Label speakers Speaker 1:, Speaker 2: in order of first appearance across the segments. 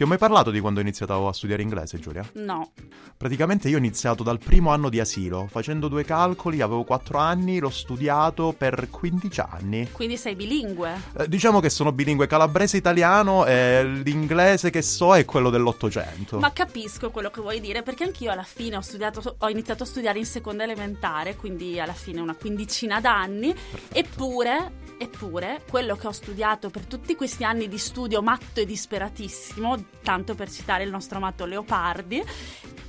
Speaker 1: Ti ho mai parlato di quando ho iniziato a studiare inglese, Giulia?
Speaker 2: No.
Speaker 1: Praticamente io ho iniziato dal primo anno di asilo, facendo due calcoli, avevo 4 anni, l'ho studiato per 15 anni.
Speaker 2: Quindi sei bilingue?
Speaker 1: Eh, diciamo che sono bilingue calabrese-italiano e l'inglese che so è quello dell'Ottocento.
Speaker 2: Ma capisco quello che vuoi dire perché anch'io alla fine ho studiato, ho iniziato a studiare in seconda elementare, quindi alla fine una quindicina d'anni, eppure... Eppure, quello che ho studiato per tutti questi anni di studio matto e disperatissimo, tanto per citare il nostro amato Leopardi,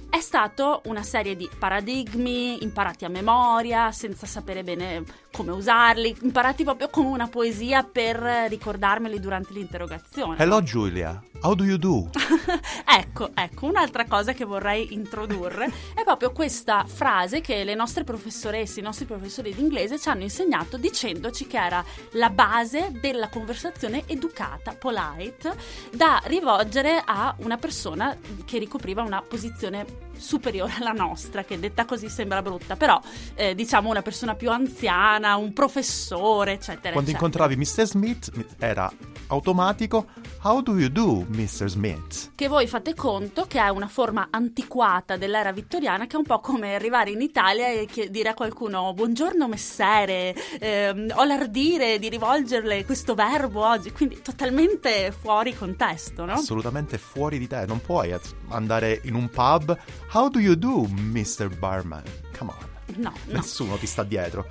Speaker 2: è stato una serie di paradigmi imparati a memoria, senza sapere bene come usarli, imparati proprio come una poesia per ricordarmeli durante l'interrogazione.
Speaker 1: Hello Giulia, how do you do?
Speaker 2: Eh, certo. Ecco, ecco, un'altra cosa che vorrei introdurre è proprio questa frase che le nostre professoresse, i nostri professori di inglese ci hanno insegnato dicendoci che era la base della conversazione educata, polite, da rivolgere a una persona che ricopriva una posizione superiore alla nostra, che detta così sembra brutta, però eh, diciamo una persona più anziana, un professore, eccetera.
Speaker 1: Quando
Speaker 2: eccetera.
Speaker 1: incontravi Mr. Smith mi- era automatico How do you do, Mr. Smith?
Speaker 2: che voi fate conto che è una forma antiquata dell'era vittoriana che è un po' come arrivare in Italia e chie- dire a qualcuno buongiorno messere, ehm, ho l'ardire di rivolgerle questo verbo oggi, quindi totalmente fuori contesto, no?
Speaker 1: Assolutamente fuori di te, non puoi at- andare in un pub How do you do, Mr. Barman? Come on.
Speaker 2: No, no.
Speaker 1: Nessuno ti sta dietro.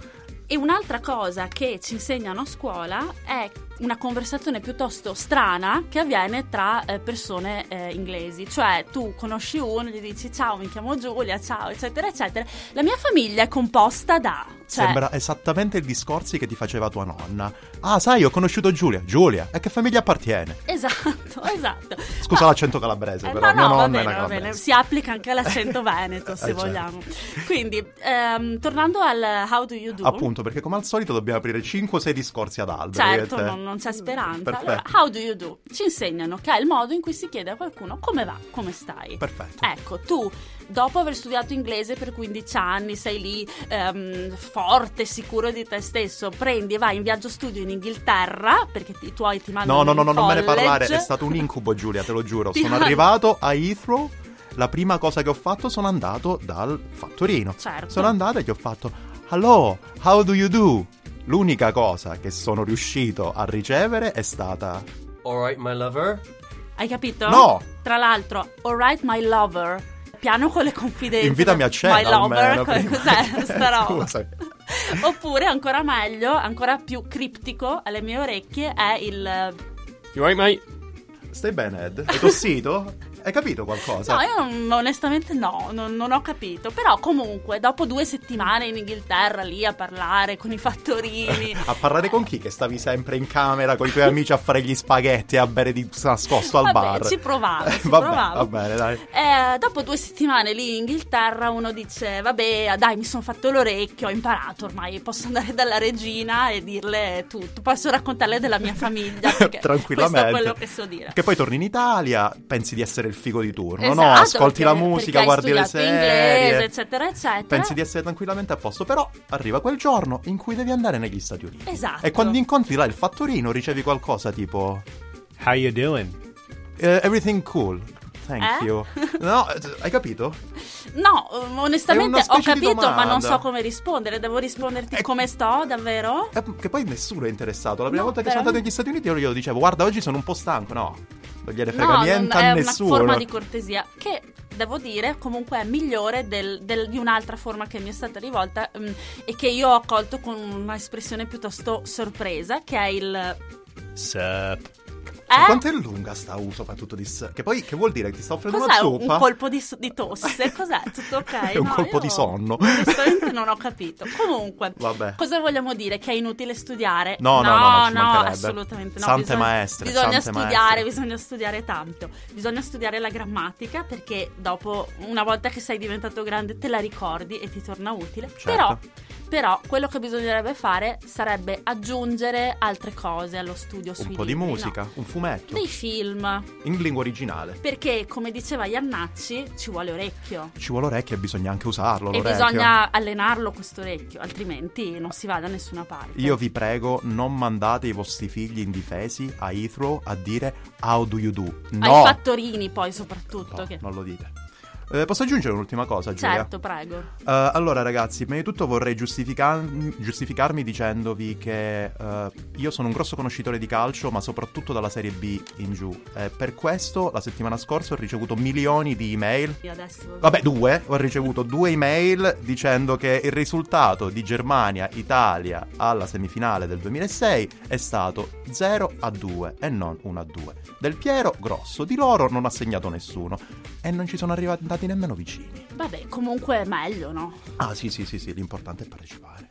Speaker 2: E un'altra cosa che ci insegnano a scuola è una conversazione piuttosto strana che avviene tra eh, persone eh, inglesi. Cioè, tu conosci uno, gli dici ciao, mi chiamo Giulia, ciao, eccetera, eccetera. La mia famiglia è composta da. Cioè,
Speaker 1: Sembra esattamente il discorso che ti faceva tua nonna. Ah, sai, ho conosciuto Giulia. Giulia, a che famiglia appartiene?
Speaker 2: Esatto, esatto.
Speaker 1: Scusa
Speaker 2: Ma-
Speaker 1: l'accento calabrese,
Speaker 2: Eh,
Speaker 1: però
Speaker 2: no,
Speaker 1: mia
Speaker 2: no, va
Speaker 1: nonna
Speaker 2: bene,
Speaker 1: era
Speaker 2: va
Speaker 1: calabrese.
Speaker 2: bene. Si applica anche all'accento veneto, se
Speaker 1: Eh, certo.
Speaker 2: vogliamo. Quindi, ehm, tornando al how do you do?
Speaker 1: Appunto, perché come al solito dobbiamo aprire 5 o 6 discorsi ad albero. io e
Speaker 2: Certo,
Speaker 1: te.
Speaker 2: non, non c'è speranza.
Speaker 1: Perfetto.
Speaker 2: Allora, how do you do? Ci insegnano che è il modo in cui si chiede a qualcuno come va, come stai.
Speaker 1: Perfetto.
Speaker 2: Ecco, tu dopo aver studiato inglese per 15 anni, sei lì ehm, forte, sicuro di te stesso, prendi e vai in viaggio studio in Inghilterra perché ti- i tuoi ti mandano
Speaker 1: No, no, no,
Speaker 2: in
Speaker 1: no, non me ne
Speaker 2: college.
Speaker 1: parlare. È stato un incubo, Giulia, te lo giuro.
Speaker 2: Ti
Speaker 1: Sono
Speaker 2: hanno-
Speaker 1: arrivato a Heathrow. La prima cosa che ho fatto sono andato dal fattorino.
Speaker 2: Certo.
Speaker 1: Sono andato e gli ho fatto Hello, how do you do? L'unica cosa che sono riuscito a ricevere è stata
Speaker 3: Alright, my lover.
Speaker 2: Hai capito?
Speaker 1: No!
Speaker 2: Tra l'altro, Alright My Lover. Piano con le confidenze.
Speaker 1: Invitami a cena.
Speaker 2: My Lover,
Speaker 1: almeno,
Speaker 2: co-
Speaker 1: prima.
Speaker 2: cos'è sta roba?
Speaker 1: Scusa.
Speaker 2: Oppure, ancora meglio, ancora più criptico alle mie orecchie, è il...
Speaker 3: You right, mate?
Speaker 1: Stai bene, Ed? Hai tossito? Hai capito qualcosa?
Speaker 2: No, io non- onestamente no, non, non ho capito. Però comunque, dopo due settimane in Inghilterra, lì a parlare con i fattorini...
Speaker 1: A parlare "Ah, con chi? Che stavi sempre in camera con i tuoi amici a fare gli spaghetti e a bere di nascosto al
Speaker 2: Vabbè,
Speaker 1: bar.
Speaker 2: ci provavo, ci
Speaker 1: Vabbè,
Speaker 2: provavo.
Speaker 1: Va bene, dai.
Speaker 2: Eh, dopo due settimane lì in Inghilterra uno dice vabbè dai mi sono fatto l'orecchio, ho imparato ormai, posso andare dalla regina e dirle tutto, posso raccontarle della mia famiglia. perché
Speaker 1: Tranquillamente.
Speaker 2: Questo è quello che so dire.
Speaker 1: Che poi torni in Italia, pensi di essere il figo di turno, no?
Speaker 2: Esatto,
Speaker 1: Ascolti
Speaker 2: perché-
Speaker 1: la
Speaker 2: perché
Speaker 1: musica,
Speaker 2: hai
Speaker 1: guardi le
Speaker 2: studiato
Speaker 1: serie.
Speaker 2: inglese, eccetera, eccetera.
Speaker 1: Pensi di essere tranquillamente a posto, però arriva quel giorno in cui devi andare negli Stati Uniti.
Speaker 2: Esatto.
Speaker 1: E quando incontri là il fattorino ricevi qualcosa tipo
Speaker 3: How you doing?
Speaker 1: eh, Everything cool. Thank
Speaker 2: Eh?
Speaker 1: you. No, eh, hai capito?
Speaker 2: No, ehm,
Speaker 1: È una
Speaker 2: onestamente ho
Speaker 1: specie di
Speaker 2: capito, ma non
Speaker 1: domanda.
Speaker 2: so come rispondere. Devo risponderti
Speaker 1: Eh,
Speaker 2: come sto, davvero?
Speaker 1: Eh, Che poi nessuno è interessato. La prima
Speaker 2: No,
Speaker 1: volta che sono andato
Speaker 2: veramente.
Speaker 1: negli Stati Uniti io glielo dicevo, guarda, oggi sono un po' stanco. No, non gliene frega
Speaker 2: no, non-
Speaker 1: niente
Speaker 2: è
Speaker 1: a
Speaker 2: una
Speaker 1: nessuno.
Speaker 2: forma di cortesia che devo dire comunque è migliore del- del- di un'altra forma che mi è stata rivolta ehm, e che io ho accolto con un'espressione piuttosto sorpresa che è il eh?
Speaker 3: Sup.
Speaker 1: Cioè, Quanto è lunga sta uso, soprattutto di s- Che poi che vuol dire? Che ti sta offrendo
Speaker 2: Cos'è
Speaker 1: una
Speaker 2: un
Speaker 1: zuppa?
Speaker 2: colpo di, s- di tosse? Cos'è? Tutto ok?
Speaker 1: È un
Speaker 2: No,
Speaker 1: colpo
Speaker 2: io
Speaker 1: di sonno.
Speaker 2: Onestamente non ho capito. Comunque,
Speaker 1: Vabbè.
Speaker 2: cosa vogliamo dire? Che è inutile studiare?
Speaker 1: No, no, no,
Speaker 2: no,
Speaker 1: ci mancherebbe.
Speaker 2: assolutamente no.
Speaker 1: Sante
Speaker 2: bisogna,
Speaker 1: maestre,
Speaker 2: Bisogna
Speaker 1: sante
Speaker 2: studiare,
Speaker 1: maestre.
Speaker 2: bisogna studiare tanto. Bisogna studiare la grammatica perché dopo, una volta che sei diventato grande, te la ricordi e ti torna utile.
Speaker 1: Certo.
Speaker 2: Però Però quello che bisognerebbe fare sarebbe aggiungere altre cose allo studio sui
Speaker 1: Un po' di
Speaker 2: libri, no?
Speaker 1: musica, ecco. un fumetto,
Speaker 2: Dei film,
Speaker 1: in lingua originale.
Speaker 2: perché come diceva Iannacci ci vuole orecchio.
Speaker 1: Ci vuole orecchio e bisogna anche usarlo.
Speaker 2: E
Speaker 1: l'orecchio.
Speaker 2: bisogna allenarlo questo orecchio, altrimenti non si va da nessuna parte.
Speaker 1: Io vi prego, non mandate i vostri figli indifesi a Heathrow a dire How do you do?
Speaker 2: Ai
Speaker 1: No,
Speaker 2: fattorini poi soprattutto.
Speaker 1: No,
Speaker 2: che-
Speaker 1: non lo dite. Eh, posso aggiungere un'ultima cosa, Giulia?
Speaker 2: Certo, prego.
Speaker 1: Eh, allora, ragazzi, prima di tutto vorrei giustifican- giustificarmi dicendovi che eh, io sono un grosso conoscitore di calcio, ma soprattutto dalla Serie B in giù. Eh, per questo, la settimana scorsa ho ricevuto milioni di email.
Speaker 2: Io adesso...
Speaker 1: Vabbè, due, ho ricevuto due email dicendo che il risultato di Germania-Italia alla semifinale del 2006 è stato 0 a 2 e non 1 a 2. Del Piero, grosso, di loro non ha segnato nessuno e non ci sono arrivati nemmeno vicini.
Speaker 2: Vabbè, comunque è meglio, no? Ecco, certo.
Speaker 1: Ah sì sì sì sì, l'importante è partecipare.